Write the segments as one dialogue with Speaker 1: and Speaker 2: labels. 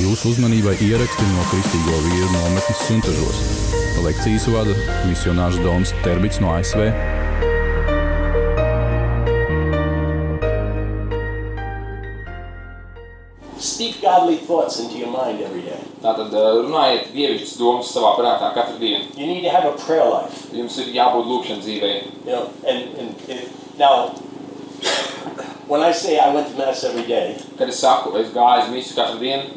Speaker 1: Jūsu uzmanībai ieraksti no Kristīgo vīru nometnes Suntažos. Lekcijas vada misionārs Dons Terbits no ASV.
Speaker 2: Speak godly thoughts into your mind every day.
Speaker 3: Tātad eh, runājiet dievišķas domas savā prātā katru dienu.
Speaker 2: You need to have a prayer life.
Speaker 3: Jums ir jābūt lūkšanas dzīvē.
Speaker 2: You know, and, and, and now, when I say I went to mass every day,
Speaker 3: Kad es saku, es gāju uz visu katru dienu,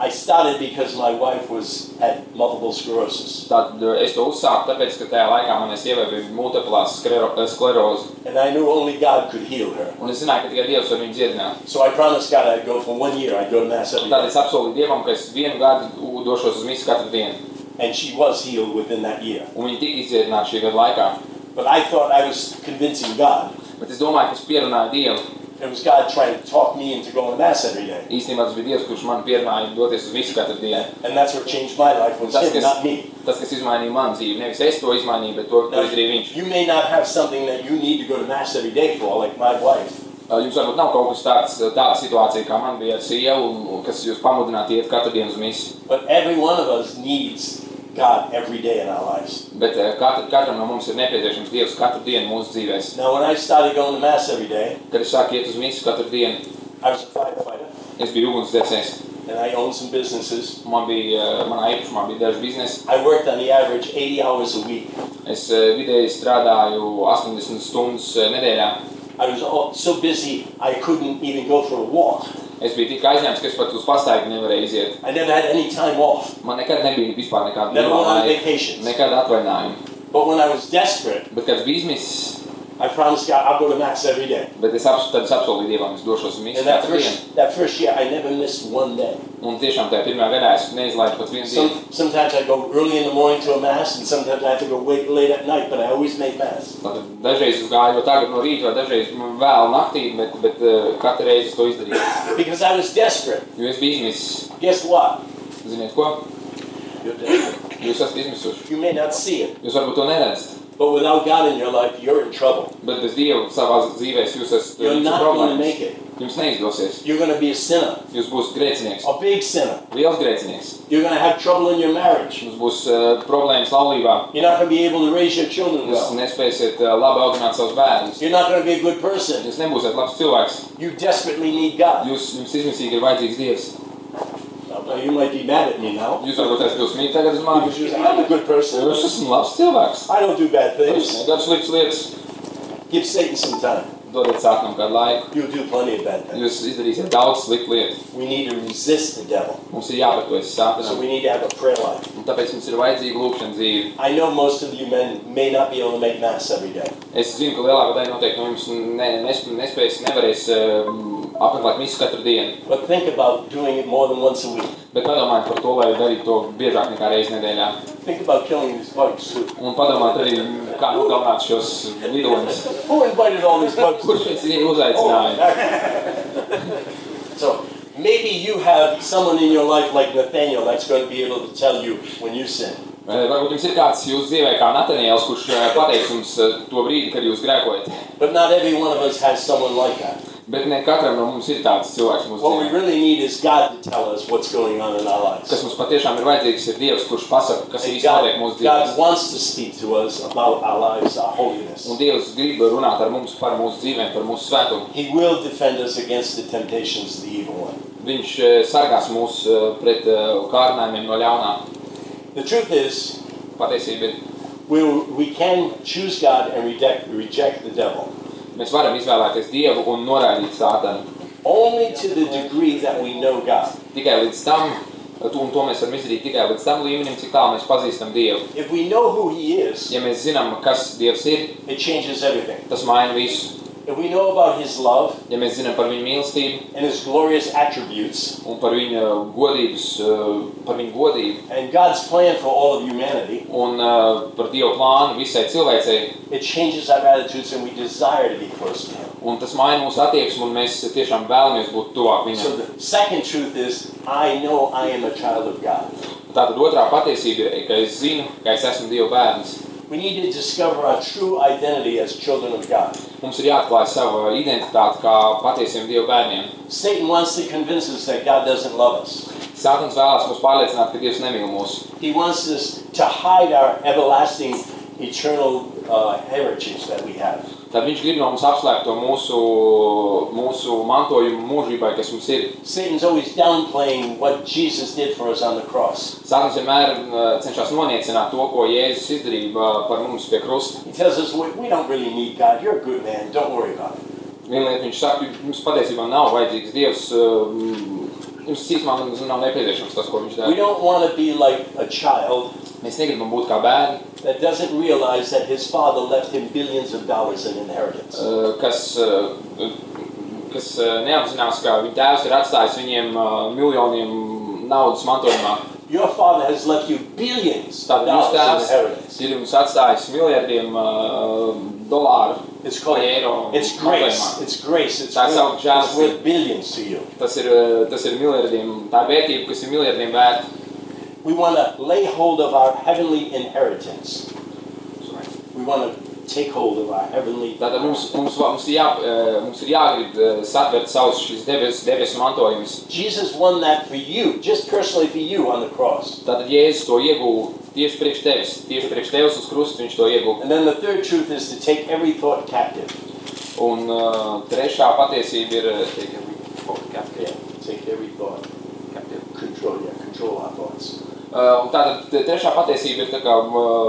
Speaker 2: I started because my wife was had multiple sclerosis,
Speaker 3: tad eh, es to uzsāku, tāpēc, ka tajā laikā manai sievai bija multiplā sklero- eh, skleroze.
Speaker 2: and I knew only God could heal her.
Speaker 3: Un es zināju, ka tikai Dievs var viņu dziedināt.
Speaker 2: So I promised God I'd go for one year. I'd go to mass every
Speaker 3: Un tad
Speaker 2: day,
Speaker 3: es apsolu Dievam, ka es vienu gadu u- došos uz visu katru dienu.
Speaker 2: and she was healed within that year.
Speaker 3: Un viņi tika izdziedināti šī gada laikā.
Speaker 2: But I thought I was convincing God.
Speaker 3: Bet es domāju, ka es pierunāju Dievu.
Speaker 2: It was God trying to talk me into going to mass every day,
Speaker 3: Īstenībā tas bija Dievs, kurš man pierunāja doties uz visu katru dienu.
Speaker 2: and that's what changed my life was
Speaker 3: That's
Speaker 2: Him,
Speaker 3: good.
Speaker 2: not me.
Speaker 3: Tas, kas izmainīja manu dzīvi, nevis es to izmainīju, bet to, to izdarīja viņš.
Speaker 2: You may not have something that you need to go to mass every day for, like my wife.
Speaker 3: Uh, Jums varbūt nav kaut kas tāds, tāda situācija, kā man bija ar sievu, un kas jūs pamudinātu iet katru dienu uz misiju.
Speaker 2: But every one of us needs God every day in our lives.
Speaker 3: Bet eh, katru, katram no mums ir nepieciešams Dievs katru dienu mūsu dzīvēs.
Speaker 2: Now, when I started going to Mass every day,
Speaker 3: Kad es sāku iet uz misiju katru dienu,
Speaker 2: I was a firefighter
Speaker 3: es biju ugunsdzēsējs.
Speaker 2: and I owned some businesses.
Speaker 3: Man bija, eh, manā īpašumā bija daži biznesi.
Speaker 2: I worked on the average 80 hours a week.
Speaker 3: Es eh, vidēji strādāju 80 stundas eh, nedēļā.
Speaker 2: I was all, so busy I couldn't even go for a walk.
Speaker 3: Es biju tik aizņemts, ka es pat uz pastaigu nevarēju iziet.
Speaker 2: I never had any time off,
Speaker 3: Man nekad nebija vispār nekāda
Speaker 2: never went
Speaker 3: brīvā
Speaker 2: on
Speaker 3: laika,
Speaker 2: vacations.
Speaker 3: nekāda atvaļinājuma.
Speaker 2: But when I was desperate,
Speaker 3: Bet kāds bija izmisis,
Speaker 2: I promised God I'll go to Mass every day.
Speaker 3: bet es, aps, tad es apsolīju Dievam, es došos uz
Speaker 2: And
Speaker 3: misiju
Speaker 2: that
Speaker 3: katru dienu.
Speaker 2: first, that first year, I never missed one day.
Speaker 3: Un tiešām tajā pirmā gadā es neizlaidu pat vienu dienu.
Speaker 2: Some, sometimes I go early in the morning to a mass, and sometimes I have to go wait late at night. But I always make mass.
Speaker 3: Tātad Dažreiz es gāju jau tagad no rīta, vai dažreiz vēl naktī, bet, bet eh, katru reizi es to izdarīju.
Speaker 2: Because I was desperate.
Speaker 3: Jo es biju izmisis.
Speaker 2: Guess what?
Speaker 3: Ziniet, ko?
Speaker 2: You're desperate.
Speaker 3: Jūs esat izmisuši.
Speaker 2: You may not see it,
Speaker 3: Jūs varbūt to neredzat,
Speaker 2: but without God in your life, you're in trouble.
Speaker 3: bet bez Dieva savā dzīvē jūs esat
Speaker 2: You're
Speaker 3: jums ir
Speaker 2: not going to make
Speaker 3: problēmas.
Speaker 2: it.
Speaker 3: Jums neizdosies.
Speaker 2: You're going to be a sinner,
Speaker 3: Jūs būsiet grēcinieks,
Speaker 2: a big sinner.
Speaker 3: liels grēcinieks.
Speaker 2: You're going to have trouble in your marriage.
Speaker 3: Jums būs eh, problēmas laulībā.
Speaker 2: You're not going to be able to raise your children
Speaker 3: Jūs
Speaker 2: well.
Speaker 3: nespēsiet eh, labi audzināt savus bērnus.
Speaker 2: You're not going to be a good person.
Speaker 3: Jūs nebūsiet labs cilvēks.
Speaker 2: You desperately need God.
Speaker 3: Jūs, jums izmisīgi ir vajadzīgs Dievs.
Speaker 2: Now, you might be mad at me now
Speaker 3: Jūs varbūt esat dusmīgi tagad uz
Speaker 2: because
Speaker 3: mani.
Speaker 2: you say, I'm a good person.
Speaker 3: Jūs esat labs cilvēks.
Speaker 2: I don't do bad things.
Speaker 3: Gadu sliktas lietas,
Speaker 2: Give Satan some time.
Speaker 3: dodiet sākam kādu laiku.
Speaker 2: You'll do plenty of bad things.
Speaker 3: Jūs izdarīsiet daudz sliktu lietu.
Speaker 2: We need to resist the devil.
Speaker 3: Mums ir jāpatojas
Speaker 2: So
Speaker 3: sākam.
Speaker 2: we need to have a prayer life.
Speaker 3: Un tāpēc mums ir vajadzīga lūkšana dzīve.
Speaker 2: I know most of you men may not be able to make mass every day.
Speaker 3: Es zinu, ka lielākā daļa noteikti no jums ne, nesp, nespēs, nevarēs um, apmeklēt visu katru dienu.
Speaker 2: But think about doing it more than once a week.
Speaker 3: Bet padomājiet par to, lai darītu to biežāk nekā reizi nedēļā.
Speaker 2: Think about killing these bugs too.
Speaker 3: Un padomājiet arī, kā nogalināt šos lidojumus.
Speaker 2: Who invited all these bugs?
Speaker 3: Kurš pēc viņiem uzaicināja?
Speaker 2: so maybe you have someone in your life like Nathaniel that's going to be able to tell you when you sin.
Speaker 3: Eh, Varbūt jums ir kāds jūsu dzīvē, kā Natānijas, kurš eh, pateiks jums eh, to brīdi, kad jūs grēkojat.
Speaker 2: But not every one of us has someone like that.
Speaker 3: Bet ne katram no mums ir tāds cilvēks, mūsu
Speaker 2: What we
Speaker 3: dzīvē,
Speaker 2: really need is God to tell us what's going on in our
Speaker 3: kas
Speaker 2: lives.
Speaker 3: mums patiešām ir vajadzīgs, ir Dievs, kurš pasaka, kas
Speaker 2: And
Speaker 3: īstenībā
Speaker 2: God,
Speaker 3: notiek mūsu dzīvēm.
Speaker 2: God wants to speak to us about our lives, our holiness.
Speaker 3: Un Dievs grib runāt ar mums par mūsu dzīvēm, par mūsu svētumu.
Speaker 2: He will defend us against the temptations of the evil one.
Speaker 3: Viņš eh, sargās mūs eh, pret eh, kārdinājumiem no ļaunā.
Speaker 2: The truth is,
Speaker 3: Patiesība ir,
Speaker 2: we, we can choose God and reject, reject the devil.
Speaker 3: mēs varam izvēlēties Dievu un noraidīt sātanu.
Speaker 2: only to the degree that we know God.
Speaker 3: Tikai līdz tam, eh, tu un to mēs varam izdarīt tikai līdz tam līmenim, cik tālu mēs pazīstam Dievu.
Speaker 2: If we know who He is,
Speaker 3: Ja mēs zinām, kas Dievs ir,
Speaker 2: it changes everything.
Speaker 3: tas maina visu.
Speaker 2: If we know about His love
Speaker 3: Ja mēs zinām par viņa mīlestību
Speaker 2: and His glorious attributes
Speaker 3: un par viņa godības, eh, par viņa godību,
Speaker 2: and God's plan for all of humanity,
Speaker 3: un uh, par Dieva plānu visai cilvēcei.
Speaker 2: it changes our attitudes and we desire to be close to Him.
Speaker 3: Un tas maina mūsu attieksmi, un mēs tiešām vēlamies būt tuvāk
Speaker 2: So
Speaker 3: viņam.
Speaker 2: the second truth is, I know I am a child of God.
Speaker 3: Tātad otrā patiesība ir, ka es zinu, ka es esmu Dieva bērns.
Speaker 2: We need to discover our true identity as children of God.
Speaker 3: Mums ir jāatklāj sava identitāte kā patiesiem Dieva bērniem.
Speaker 2: Satan wants to convince us that God doesn't love us.
Speaker 3: Sātans vēlās mūs pārliecināt, ka Dievs nemīl mūs.
Speaker 2: He wants us to hide our everlasting, eternal uh, heritage that we have.
Speaker 3: Tad viņš grib no mums apslēpt to mūsu, mūsu mantojumu mūžībai, kas mums ir.
Speaker 2: Satan's always downplaying what Jesus did for us on the cross.
Speaker 3: Sātans vienmēr eh, cenšas noniecināt to, ko Jēzus izdarīja eh, par mums pie krusta.
Speaker 2: He tells us, we, we don't really need God. You're a good man. Don't worry about it.
Speaker 3: Vienlaikus viņš saka, jums patiesībā nav vajadzīgs Dievs. eh, Jums īstenībā nemaz nav nepieciešams tas, ko viņš
Speaker 2: We
Speaker 3: dara.
Speaker 2: don't want to be like a child
Speaker 3: Mēs negribam būt kā bērni,
Speaker 2: that doesn't realize that his father left him billions of dollars in inheritance.
Speaker 3: eh, kas, eh, kas eh, neapzinās, ka viņa tēvs ir atstājis viņiem eh, miljoniem naudas mantojumā.
Speaker 2: Your father has left you billions of
Speaker 3: Tātad
Speaker 2: dollars
Speaker 3: jūsu
Speaker 2: in
Speaker 3: tēvs
Speaker 2: inheritance.
Speaker 3: ir jums atstājis miljardiem eh, dolāru.
Speaker 2: It's
Speaker 3: vai
Speaker 2: called
Speaker 3: eiro
Speaker 2: It's
Speaker 3: problēmām.
Speaker 2: grace. It's grace. It's
Speaker 3: That's how
Speaker 2: worth,
Speaker 3: John
Speaker 2: it's worth billions to you.
Speaker 3: Tas ir, eh, tas ir miljardiem, tā ir vērtība, kas ir miljardiem vērta.
Speaker 2: We want to lay hold of our heavenly inheritance. We want to take hold of our heavenly.
Speaker 3: Tātad mums, mums, va- mums, ir jā, eh, mums ir jāgrib eh, satvert savus šīs debesu, debesu mantojumus.
Speaker 2: Jesus won that for you, just personally for you on the cross.
Speaker 3: Tātad Jēzus to iegūst tieši priekš tevis, tieši priekš tevis uz krusta viņš to iegūst.
Speaker 2: And then the third truth is to take every thought captive.
Speaker 3: Un uh, trešā patiesība ir. eh, take every thought
Speaker 2: Yeah,
Speaker 3: captive.
Speaker 2: take every thought
Speaker 3: Captive.
Speaker 2: control. Yeah, control our thoughts.
Speaker 3: Eh, un Tātad te- trešā patiesība ir tā kā,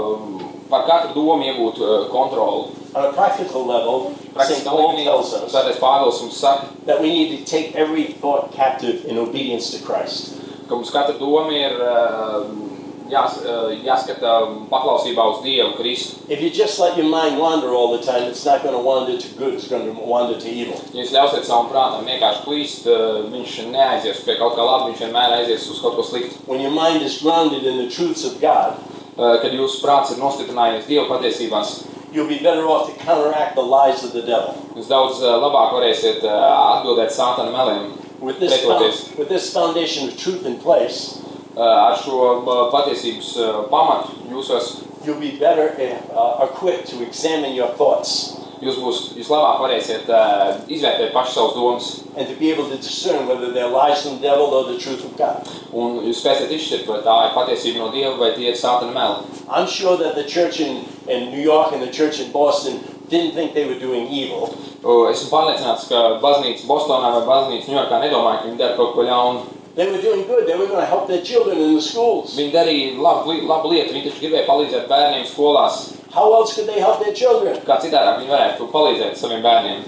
Speaker 3: eh, par katru domu iegūt eh, kontroli.
Speaker 2: On a practical level, St.
Speaker 3: Praktiski
Speaker 2: Paul tells
Speaker 3: līmenī,
Speaker 2: us
Speaker 3: Tātad Pāvils mums saka,
Speaker 2: that we need to take every thought captive in obedience to Christ.
Speaker 3: ka mums katra doma ir eh, jās, eh, jāskata paklausībā uz Dievu, Kristu.
Speaker 2: If you just let your mind wander all the time, it's not going to wander to good, it's going to wander to evil.
Speaker 3: Ja jūs ļausiet savam prātam vienkārši plīst, eh, viņš neaizies pie kaut kā laba, viņš vienmēr aizies uz kaut ko sliktu.
Speaker 2: When your mind is grounded in the truths of God,
Speaker 3: Eh, Kad jūsu prāts ir nostiprinājies Dieva patiesībās,
Speaker 2: you'll be better off to counteract the lies of the devil.
Speaker 3: jūs daudz eh, labāk varēsiet eh, atbildēt sātana meliem.
Speaker 2: With this,
Speaker 3: Take what is-
Speaker 2: fo- with this foundation of truth in place,
Speaker 3: Eh, Ar šo eh, patiesības eh, pamatu jūs, vas-
Speaker 2: you'll be better uh, equipped to examine your thoughts
Speaker 3: jūs, būs, jūs labāk varēsiet eh, izvērtēt pašas savas domas.
Speaker 2: and to be able to discern whether they're lies from the devil or the truth of God.
Speaker 3: Un jūs spēsiet izšķirt, vai tā ir patiesība no Dieva vai tie ir sātana meli.
Speaker 2: I'm sure that the church in, in New York and the church in Boston didn't think they were doing evil,
Speaker 3: Eh, Esmu pārliecināts, ka baznīca Bostonā vai baznīca Ņujorkā nedomāja, ka viņi dara kaut ko ļaunu.
Speaker 2: they were doing good. They were going to help their children in the schools.
Speaker 3: Viņi darīja labu, li- labu lietu. Viņi taču gribēja palīdzēt bērniem skolās.
Speaker 2: How else could they help their children?
Speaker 3: Kā citādi viņi varētu palīdzēt saviem bērniem.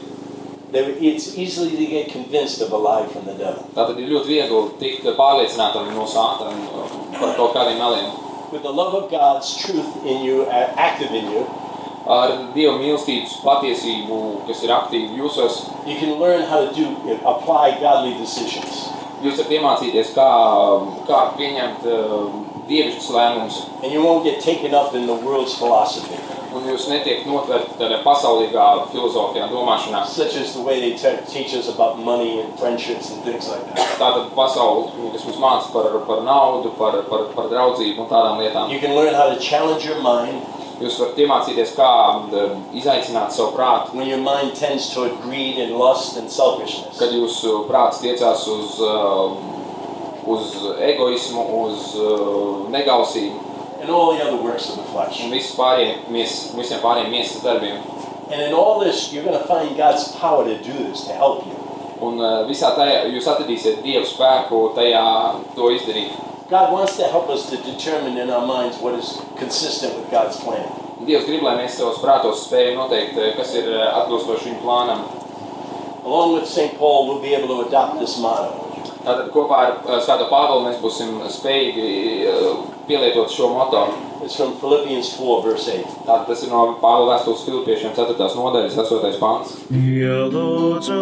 Speaker 2: They were, it's easily to get convinced of a lie from the devil.
Speaker 3: Tā tad ir ļoti viegli tikt pārliecinātam no sāta un, uh, par kaut kādiem meliem.
Speaker 2: With the love of God's truth in you, uh, active in you,
Speaker 3: Ar dievu mīlestības patiesību, kas ir aktīva jūsos,
Speaker 2: you can learn how to do apply godly decisions,
Speaker 3: jūs varat iemācīties, kā, kā pieņemt uh, dievišķus lēmumus.
Speaker 2: and you won't get taken up in the world's philosophy,
Speaker 3: Un jūs netiek notverti tādā pasaulīgā filozofijā, domāšanā.
Speaker 2: such as the way they te- teach us about money and friendships and things like that.
Speaker 3: Tātad pasauli, kas mums māca par, par naudu, par, par, par draudzību un tādām lietām.
Speaker 2: You can learn how to challenge your mind
Speaker 3: Jūs varat iemācīties, kā um, izaicināt savu prātu,
Speaker 2: when your mind tends toward greed and lust and selfishness.
Speaker 3: kad jūsu prāts tiecās uz, um, uz egoismu, uz uh, negausību
Speaker 2: and all the other works of the
Speaker 3: un
Speaker 2: flesh.
Speaker 3: visus pārējiem, mies, visiem pārējiem miesas darbiem.
Speaker 2: And in all this, you're going to find God's power to do this, to help you.
Speaker 3: Un uh, visā tajā jūs atradīsiet dievu spēku, tajā to izdarīt.
Speaker 2: God wants to help us to determine in our minds what is consistent with God's plan.
Speaker 3: Dievs grib, lai mēs savos prātos spējam noteikt, eh, kas ir eh, atbilstoši viņa plānam.
Speaker 2: Along with St. Paul, we'll be able to adopt this motto
Speaker 3: Tātad kopā ar eh, Svēto Pāvelu mēs būsim spējīgi eh, pielietot šo motoru.
Speaker 2: It's from Philippians 4, verse 8.
Speaker 3: Tātad tas ir no Pāvila vēstules Filipiešiem 4. nodaļas 8. pāns.
Speaker 4: Ielūdzu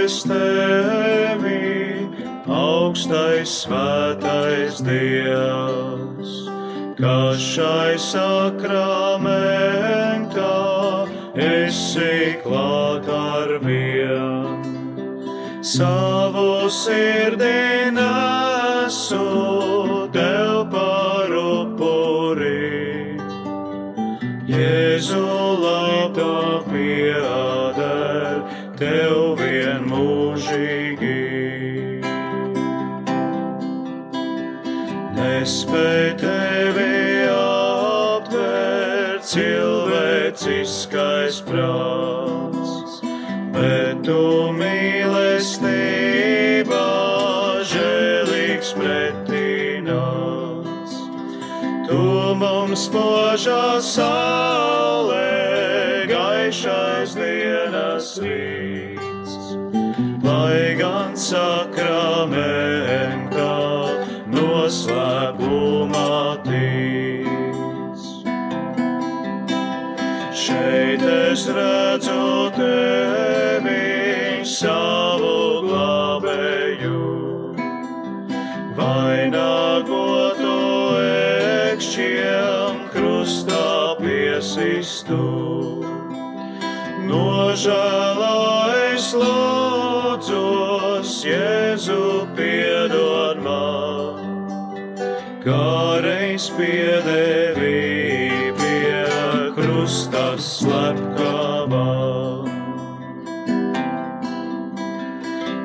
Speaker 4: es tevi, augstais svētais Dievs, kas šai sakramentā esi klāt ar vien. Savu sirdī nesu tev par upurīt. Jēzu labā pieder tev vienmūžīgi. nespēj tevi aptvert cilvēciskais prāts, bet tu mīlestībā žēlīgs pretināts. Tu mums požā sālē gaišais dienas rīts lai gan sakramentā noslēpumā tīts. Šeit es redzu tevi savu glābēju, vainagotu ekšķiem krustā piesistu. Nožēlojis lūdzos, Jēzu piedod man, kā reiz piedevī pie krusta slepkavā.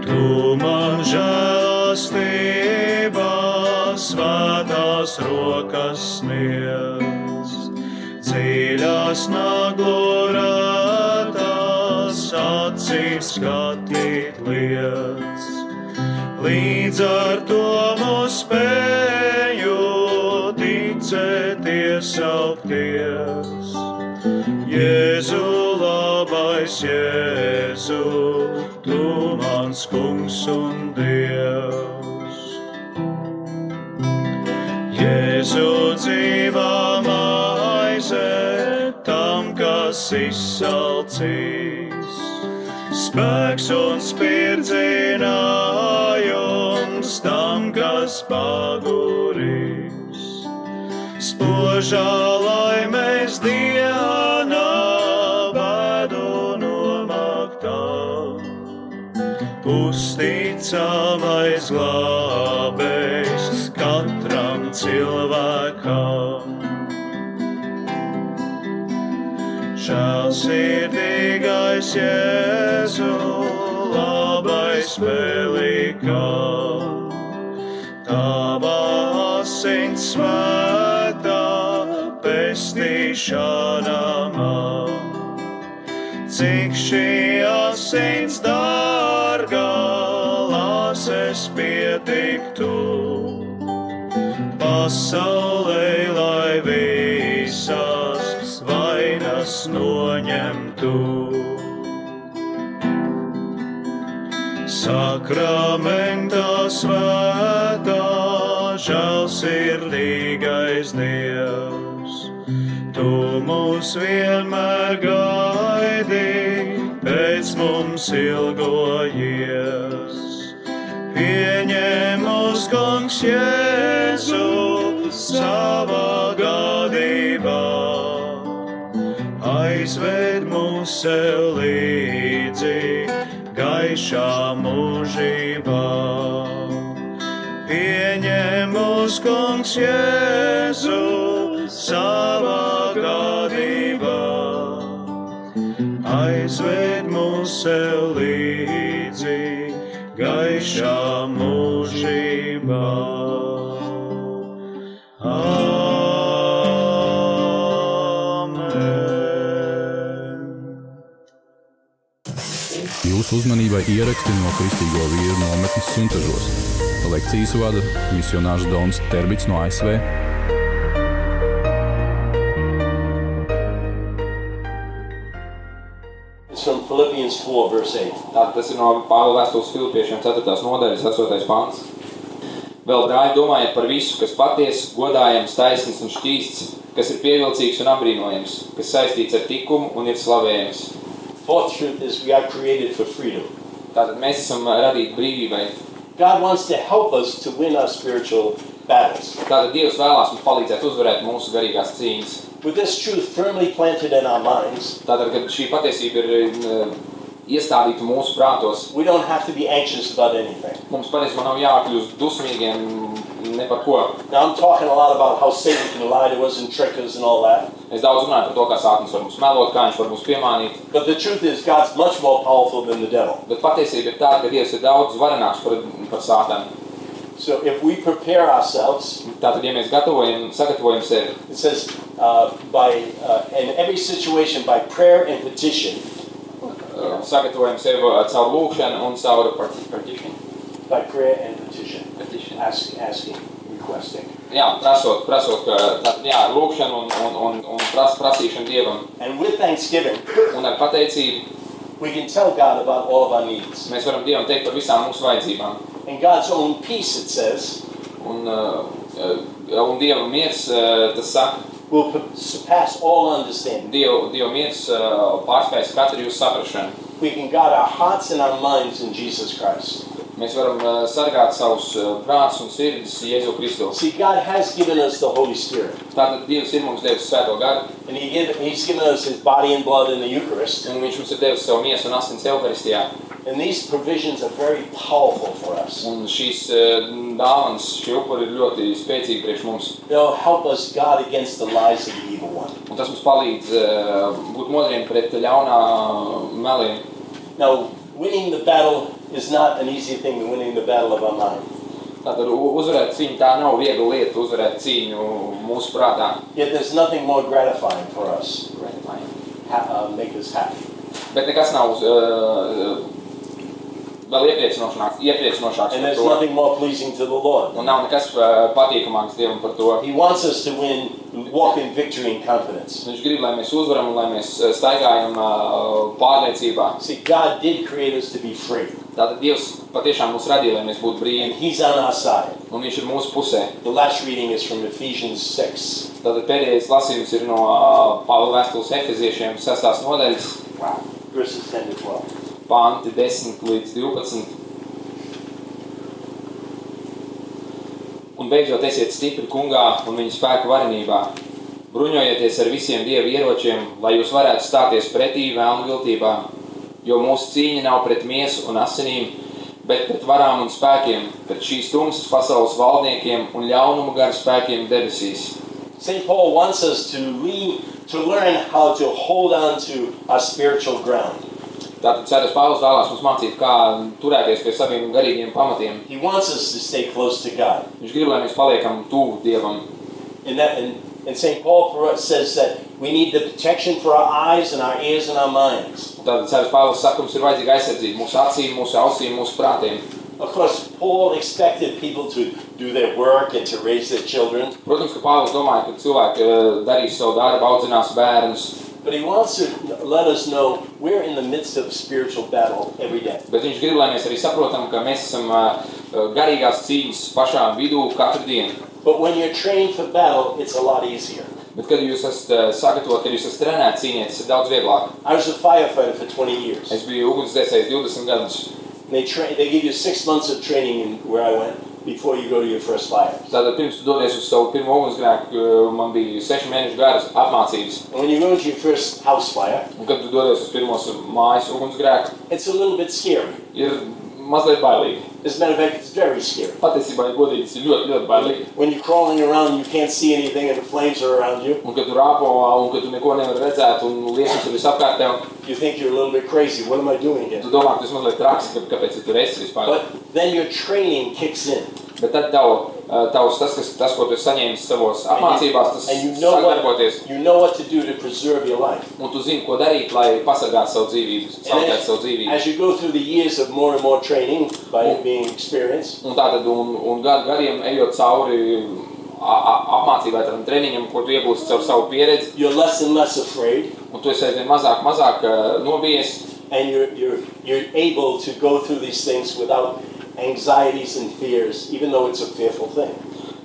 Speaker 4: Tu man žēlastībā svētās rokas sniedz dziļās naglorētās acīs skatīt lietas. Līdz ar to mums spēju ticēties augties. Jēzu labais, Jēzu, tu mans kungs un Dievs. Jēzu dzīvā maize tam, kas izsalcīs. Spēks un spirdzinājums tam, kas pagurīs. Spožā laimēs dienā bēdu nomaktām uzticamais glābējs katram cilvēkam. Žēlsirdīgais Jēzu, labais velikam, tavā asins svētā pestīšanā man cik šī asins dārga lāses pietiktu. Pasaulē, lai visas vainas noņemtu. Sakramentā svētā žēlsirdīgais Dievs. Tu mūs vienmēr gaidi, pēc mums ilgojies. Pieņem mūs, kungs, Jēzu savā gadībā, aizved mūs sev līdzi gaišā mūžībā. Pieņem mūsu kungs Jēzu savā gadībā, aizved mūs sev līdzi gaišā mūžībā. Amen.
Speaker 1: Jūsu uzmanībai ieraksti no Kristīgo vīru nometnes Suntažos. Lekcijas vada misionārs Dons Terbits no ASV.
Speaker 2: It's from Philippians 4, verse 8.
Speaker 3: Tā, tas ir no Pāvila vēstules Filipiešiem 4. nodaļas 8. pants. Vēl brāļi domājiet par visu, kas patiesa, godājams, taisnīgs un šķīsts, kas ir pievilcīgs un apbrīnojams, kas saistīts ar likumu un ir slavējams.
Speaker 2: Fourth truth is we are created for freedom.
Speaker 3: Tātad mēs esam radīti brīvībai.
Speaker 2: God wants to help us to win our spiritual battles.
Speaker 3: Tātad Dievs vēlās mums palīdzēt uzvarēt mūsu garīgās cīņas.
Speaker 2: With this truth firmly planted in our minds,
Speaker 3: Tātad, kad šī patiesība ir eh, iestādīta mūsu prātos,
Speaker 2: we don't have to be anxious about anything.
Speaker 3: mums patiesībā nav jākļūst dusmīgiem ne par ko.
Speaker 2: Now, I'm talking a lot about how Satan can lie to us and trick us and all that,
Speaker 3: Es daudz runāju par to, kā sākums var mums melot, kā viņš var mums piemānīt,
Speaker 2: but the truth is, God's much more powerful than the devil.
Speaker 3: bet patiesība ir tāda, ka Dievs ir daudz varenāks par, par sātanu.
Speaker 2: So if we prepare ourselves,
Speaker 3: Tātad, ja mēs gatavojam, sagatavojam sevi,
Speaker 2: it says, uh, by, uh, in every situation, by prayer and petition,
Speaker 3: uh, sagatavojam sevi uh, caur lūkšanu un caur parti- partition-
Speaker 2: by prayer and petition,
Speaker 3: partition.
Speaker 2: ask, asking, requesting.
Speaker 3: Jā, prasot, prasot, uh, tātad, jā, ar lūkšanu un, un, un, un pras, prasīšanu Dievam.
Speaker 2: And with thanksgiving,
Speaker 3: Un ar pateicību
Speaker 2: we can tell God about all of our needs.
Speaker 3: mēs varam Dievam teikt par visām mūsu vajadzībām.
Speaker 2: And God's own peace, it says,
Speaker 3: Un, uh, uh, un Dieva miers, uh, tas saka,
Speaker 2: will p- surpass all understanding.
Speaker 3: Dievu, Dievu miers uh, pārspējas katru jūsu saprašanu.
Speaker 2: We can guard our hearts and our minds in Jesus Christ.
Speaker 3: Mēs varam uh, sargāt savus uh, prātus un sirdis Jēzu Kristu.
Speaker 2: See, God has given us the Holy Spirit,
Speaker 3: Tātad Dievs ir mums devis svēto garu,
Speaker 2: and he give, He's given us His body and blood in the Eucharist.
Speaker 3: un Viņš mums ir devis savu miesu un asins evaharistijā.
Speaker 2: And these provisions are very powerful for us.
Speaker 3: Un šīs uh, dāvanas, šī upuri ir ļoti spēcīgi priekš mums.
Speaker 2: They'll help us guard against the lies of the evil one.
Speaker 3: Un tas mums palīdz uh, būt modriem pret ļaunā meliem.
Speaker 2: Now, winning the battle is not an easy thing, winning the battle of our mind.
Speaker 3: Tātad u- uzvarēt cīņu tā nav viegla lieta, uzvarēt cīņu mūsu prātā.
Speaker 2: Yet there's nothing more gratifying for us, ha- uh, make us happy.
Speaker 3: Bet nekas nav uh, vēl iepriecinošāks, iepriecinošāks
Speaker 2: And
Speaker 3: par
Speaker 2: there's
Speaker 3: to.
Speaker 2: nothing more pleasing to the Lord.
Speaker 3: Un nav nekas uh, patīkamāks Dievam par to.
Speaker 2: He wants us to win, walk in victory and confidence.
Speaker 3: Viņš grib, lai mēs uzvaram un lai mēs uh, staigājam uh, pārliecībā.
Speaker 2: See, God did create us to be free,
Speaker 3: Tātad Dievs patiešām mūs radīja, lai mēs būtu
Speaker 2: and
Speaker 3: brīvi,
Speaker 2: He's on our side.
Speaker 3: un Viņš ir mūsu pusē.
Speaker 2: The last reading is from Ephesians 6.
Speaker 3: Tātad pēdējais lasījums ir no uh, Pāvila vēstules efeziešiem 6. nodaļas,
Speaker 2: Wow. Verses 10 to 12.
Speaker 3: panti 10 līdz 12. Un beidzot esiet stipri kungā un viņa spēku varenībā. Bruņojieties ar visiem dievu ieročiem, lai jūs varētu stāties pretī vēlmviltībām, jo mūsu cīņa nav pret miesu un asinīm, bet pret varām un spēkiem, pret šīs tumsas pasaules valdniekiem un ļaunumu garu spēkiem debesīs.
Speaker 2: St. Paul wants us to, lean, to learn how to hold on to our spiritual ground.
Speaker 3: Tātad Cēlis Pāvils vēlās mums mācīt, kā turēties pie saviem garīgiem pamatiem.
Speaker 2: He wants us to stay close to God.
Speaker 3: Viņš grib, lai mēs paliekam tuvu Dievam.
Speaker 2: And, that, and, and St. Paul for us says that we need the protection for our eyes and our ears and our minds.
Speaker 3: Tātad Cēlis Pāvils saka, mums ir vajadzīga aizsardzība mūsu acīm, mūsu ausīm, mūsu prātiem.
Speaker 2: Of course, Paul expected people to do their work and to raise their children,
Speaker 3: Protams, ka Pāvils domāja, ka cilvēki eh, darīs savu darbu, audzinās bērnus,
Speaker 2: but he wants to let us know we're in the midst of spiritual battle every day.
Speaker 3: bet viņš grib, lai mēs arī saprotam, ka mēs esam eh, garīgās cīņas pašā vidū katru dienu.
Speaker 2: But when you're trained for battle, it's a lot easier.
Speaker 3: Bet, kad jūs esat eh, sagatavoti, kad jūs esat trenēti cīnīties, ir daudz vieglāk.
Speaker 2: I was a firefighter for 20 years.
Speaker 3: Es biju ugunsdzēsējis 20 gadus.
Speaker 2: They train. They give you six months of training in where I went before you go to your first fire.
Speaker 3: Tātad, pirms tu dodies uz savu pirmo ugunsgrēku, eh, man bija 6 mēnešu garas apmācības.
Speaker 2: And when you go to your first house fire,
Speaker 3: Un, kad tu dodies uz pirmo mājas ugunsgrēku,
Speaker 2: it's a little bit scary.
Speaker 3: ir mazliet bailīgi.
Speaker 2: As a matter of fact, it's very scary.
Speaker 3: Patiesībā, ja godīgi, tas ir ļoti, ļoti bailīgi.
Speaker 2: When you're crawling around, you can't see anything, and the flames are around you.
Speaker 3: Un, kad tu rāpo, un kad tu neko nevari redzēt, un liekas, ir visapkārt tev,
Speaker 2: You think you're a little bit crazy. What am I doing here?
Speaker 3: tu domā, ka tas mazliet traks, ka, kāpēc tu tur esi vispār. Bet,
Speaker 2: But then your training kicks in,
Speaker 3: Bet tad tev, eh, tavs, tas, kas, tas, ko tu esi saņēmis savos apmācībās, tas
Speaker 2: and you know
Speaker 3: sāk
Speaker 2: what
Speaker 3: darboties.
Speaker 2: you know what to do to preserve your life.
Speaker 3: Un tu zini, ko darīt, lai pasargātu savu dzīvību,
Speaker 2: And
Speaker 3: saglabātu savu dzīvību.
Speaker 2: As you go through the years of more and more training by
Speaker 3: Mm.
Speaker 2: being experienced,
Speaker 3: Un tā tad, un, un gadu gariem ejot cauri a- a- apmācībai, tam treniņam, ko tu iegūsi caur savu pieredzi,
Speaker 2: you're less and less afraid.
Speaker 3: un tu esi aizvien mazāk, mazāk eh, nobijies.
Speaker 2: and you're, you're, you're able to go through these things without anxieties and fears, even though it's a fearful thing.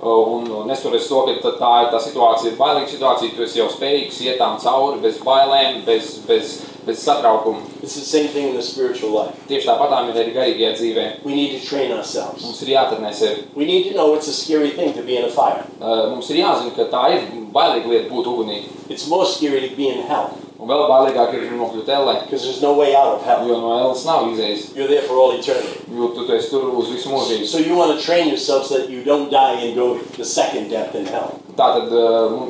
Speaker 3: Un neskatoties to, ka tā- tā ir tā situācija, ir bailīga situācija, tu esi jau spējīgs iet tam cauri bez bailēm, bez, bez, bez satraukuma.
Speaker 2: It's the same thing in the spiritual life.
Speaker 3: Tieši tāpatām ir arī garīgajā dzīvē.
Speaker 2: We need to train ourselves.
Speaker 3: Mums ir jāatrenē sevi.
Speaker 2: We need to know it's a scary thing to be in a fire.
Speaker 3: Uh, Mums ir jāzina, ka tā ir bailīga lieta būt ugunī.
Speaker 2: It's more scary to be in hell
Speaker 3: Un vēl bailīgāk ir nokļūt ellē,
Speaker 2: because there's no way out of hell.
Speaker 3: jo no elles nav izējas,
Speaker 2: You're there for all eternity.
Speaker 3: jo tu, tu esi tur uz visu mūžību.
Speaker 2: So you want to train yourself so that you don't die and go the second death in hell.
Speaker 3: Tā tad eh,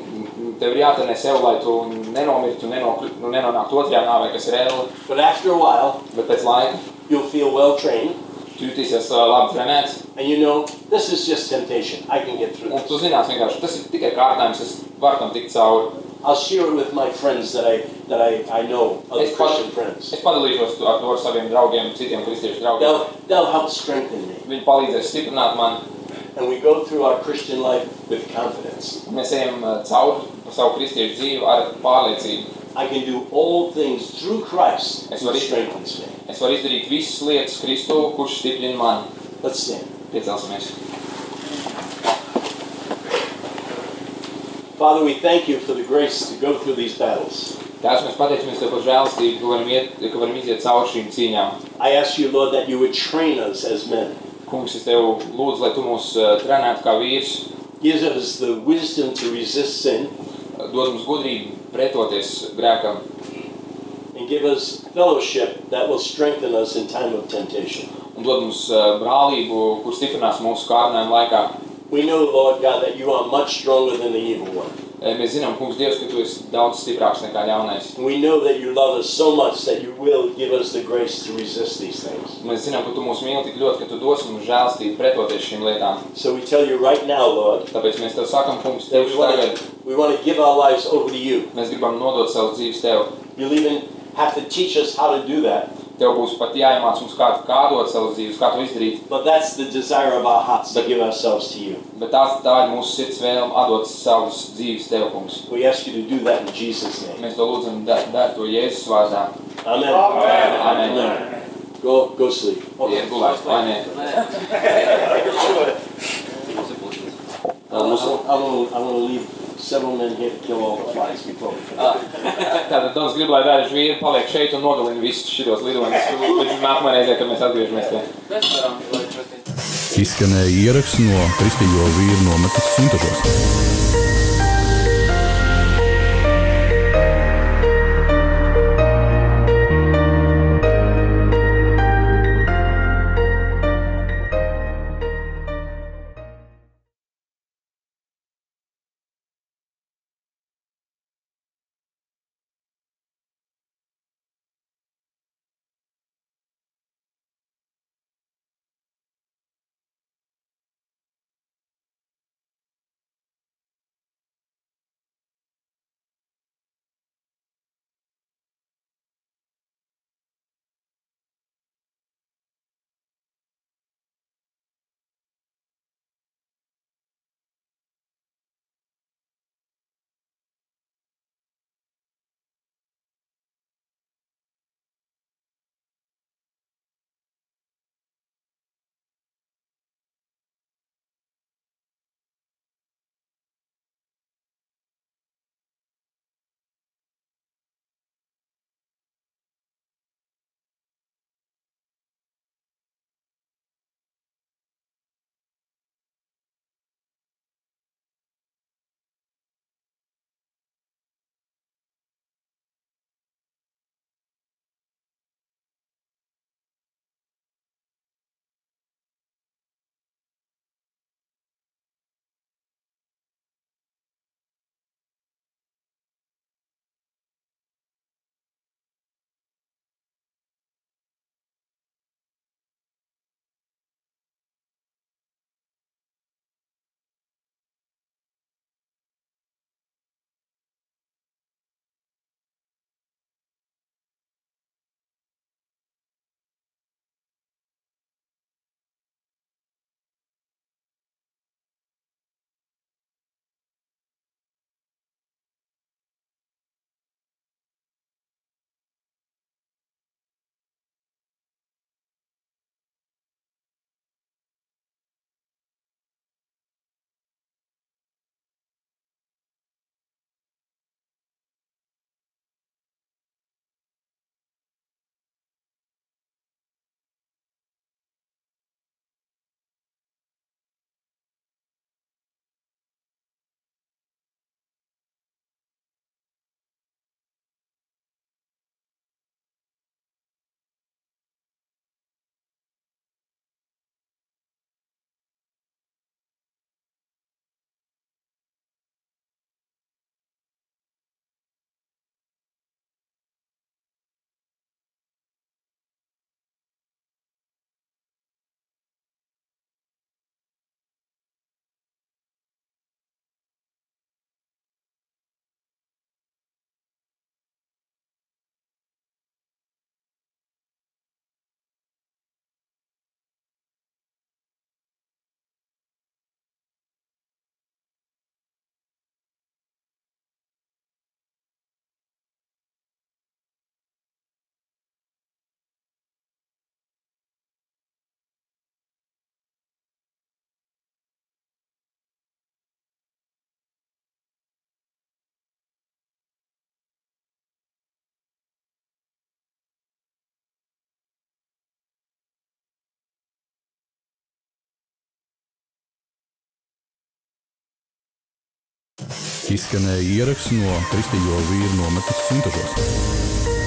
Speaker 3: tev ir jāatrenē sev, lai tu nenomirtu, nenokļu- nu, nenonāktu otrajā nāvē, kas ir elle.
Speaker 2: But after a while,
Speaker 3: Bet pēc laika
Speaker 2: you'll feel well trained
Speaker 3: tu Tu jutīsies ā, labi trenēts,
Speaker 2: And you know, this is just temptation. I can get through
Speaker 3: un tu
Speaker 2: this.
Speaker 3: zinās vienkārši, tas ir tikai kārtājums, es varu tam tikt cauri.
Speaker 2: I'll share it with my friends that I that I, I know, other
Speaker 3: It's part-
Speaker 2: Christian friends.
Speaker 3: Es padalīšos tu- ar to ar saviem draugiem, citiem kristiešu draugiem.
Speaker 2: They'll they'll help strengthen me.
Speaker 3: Viņi palīdzēs stiprināt mani,
Speaker 2: And we go through our Christian life with confidence.
Speaker 3: un mēs ejam ā, cauri pa savu kristiešu dzīvi ar pārliecību.
Speaker 2: I can do all things through Christ
Speaker 3: That's
Speaker 2: who
Speaker 3: what it-
Speaker 2: strengthens me.
Speaker 3: Es varu izdarīt visas lietas Kristu, kurš stiprina mani.
Speaker 2: Let's stand.
Speaker 3: Piecelsimies.
Speaker 2: Father, we thank you for the grace to go through these battles.
Speaker 3: Tās mēs pateicamies Tev par žēlastību, ka varam, iet, ka varam iziet cauri šīm cīņām.
Speaker 2: I ask you, Lord, that you would train us as men.
Speaker 3: Kungs, es Tev lūdzu, lai Tu mūs ā, trenētu kā vīrs,
Speaker 2: Give us the wisdom to resist sin
Speaker 3: dod mums gudrību pretoties grēkam,
Speaker 2: and give us fellowship that will strengthen us in time of temptation.
Speaker 3: un dod mums ā, brālību, kur stiprinās mūsu kārdinājumu laikā.
Speaker 2: We know, Lord God, that you are much stronger than the evil one.
Speaker 3: Ē, Mēs zinām, kungs, Dievs, ka tu esi daudz stiprāks nekā ļaunais.
Speaker 2: We know that you love us so much that you will give us the grace to resist these things.
Speaker 3: Mēs zinām, ka tu mūs mīli tik ļoti, ka tu dos mums žēlstību pretoties šīm lietām.
Speaker 2: So we tell you right now, Lord,
Speaker 3: Tāpēc mēs tev sakam, kungs,
Speaker 2: that
Speaker 3: tev
Speaker 2: we want
Speaker 3: tagad
Speaker 2: to, we want to give our lives over to you.
Speaker 3: mēs gribam nodot savu dzīves tev.
Speaker 2: You'll even have to teach us how to do that.
Speaker 3: Tev būs pat jāiemāc mums kā, kā dot savu dzīves, kā to izdarīt.
Speaker 2: But that's the desire of our hearts to give ourselves to you.
Speaker 3: Bet tā, tā ir mūsu sirds vēlme atdot savus dzīves tev, kungs.
Speaker 2: We ask you to do that in Jesus' name.
Speaker 3: Mēs to lūdzam, da- dari to Jēzus vārdā.
Speaker 2: Amen.
Speaker 3: Amen.
Speaker 2: Go, go sleep.
Speaker 3: Iet gulēt, vai ne?
Speaker 2: I want to, I want to leave several men here to kill all the flies before we finish.
Speaker 3: Tātad Dons grib, lai vērš vīri paliek šeit un nogalina visus šitos lidojumus, līdz nākamajai reizē, kad mēs atgriežamies te.
Speaker 5: Mēs varam gulēt pretī.
Speaker 1: Izskanēja ieraksts no Kristīgo vīru nometnes Suntažos. Izskanēja ieraksts no Kristīgo vīru nometnes Suntažos.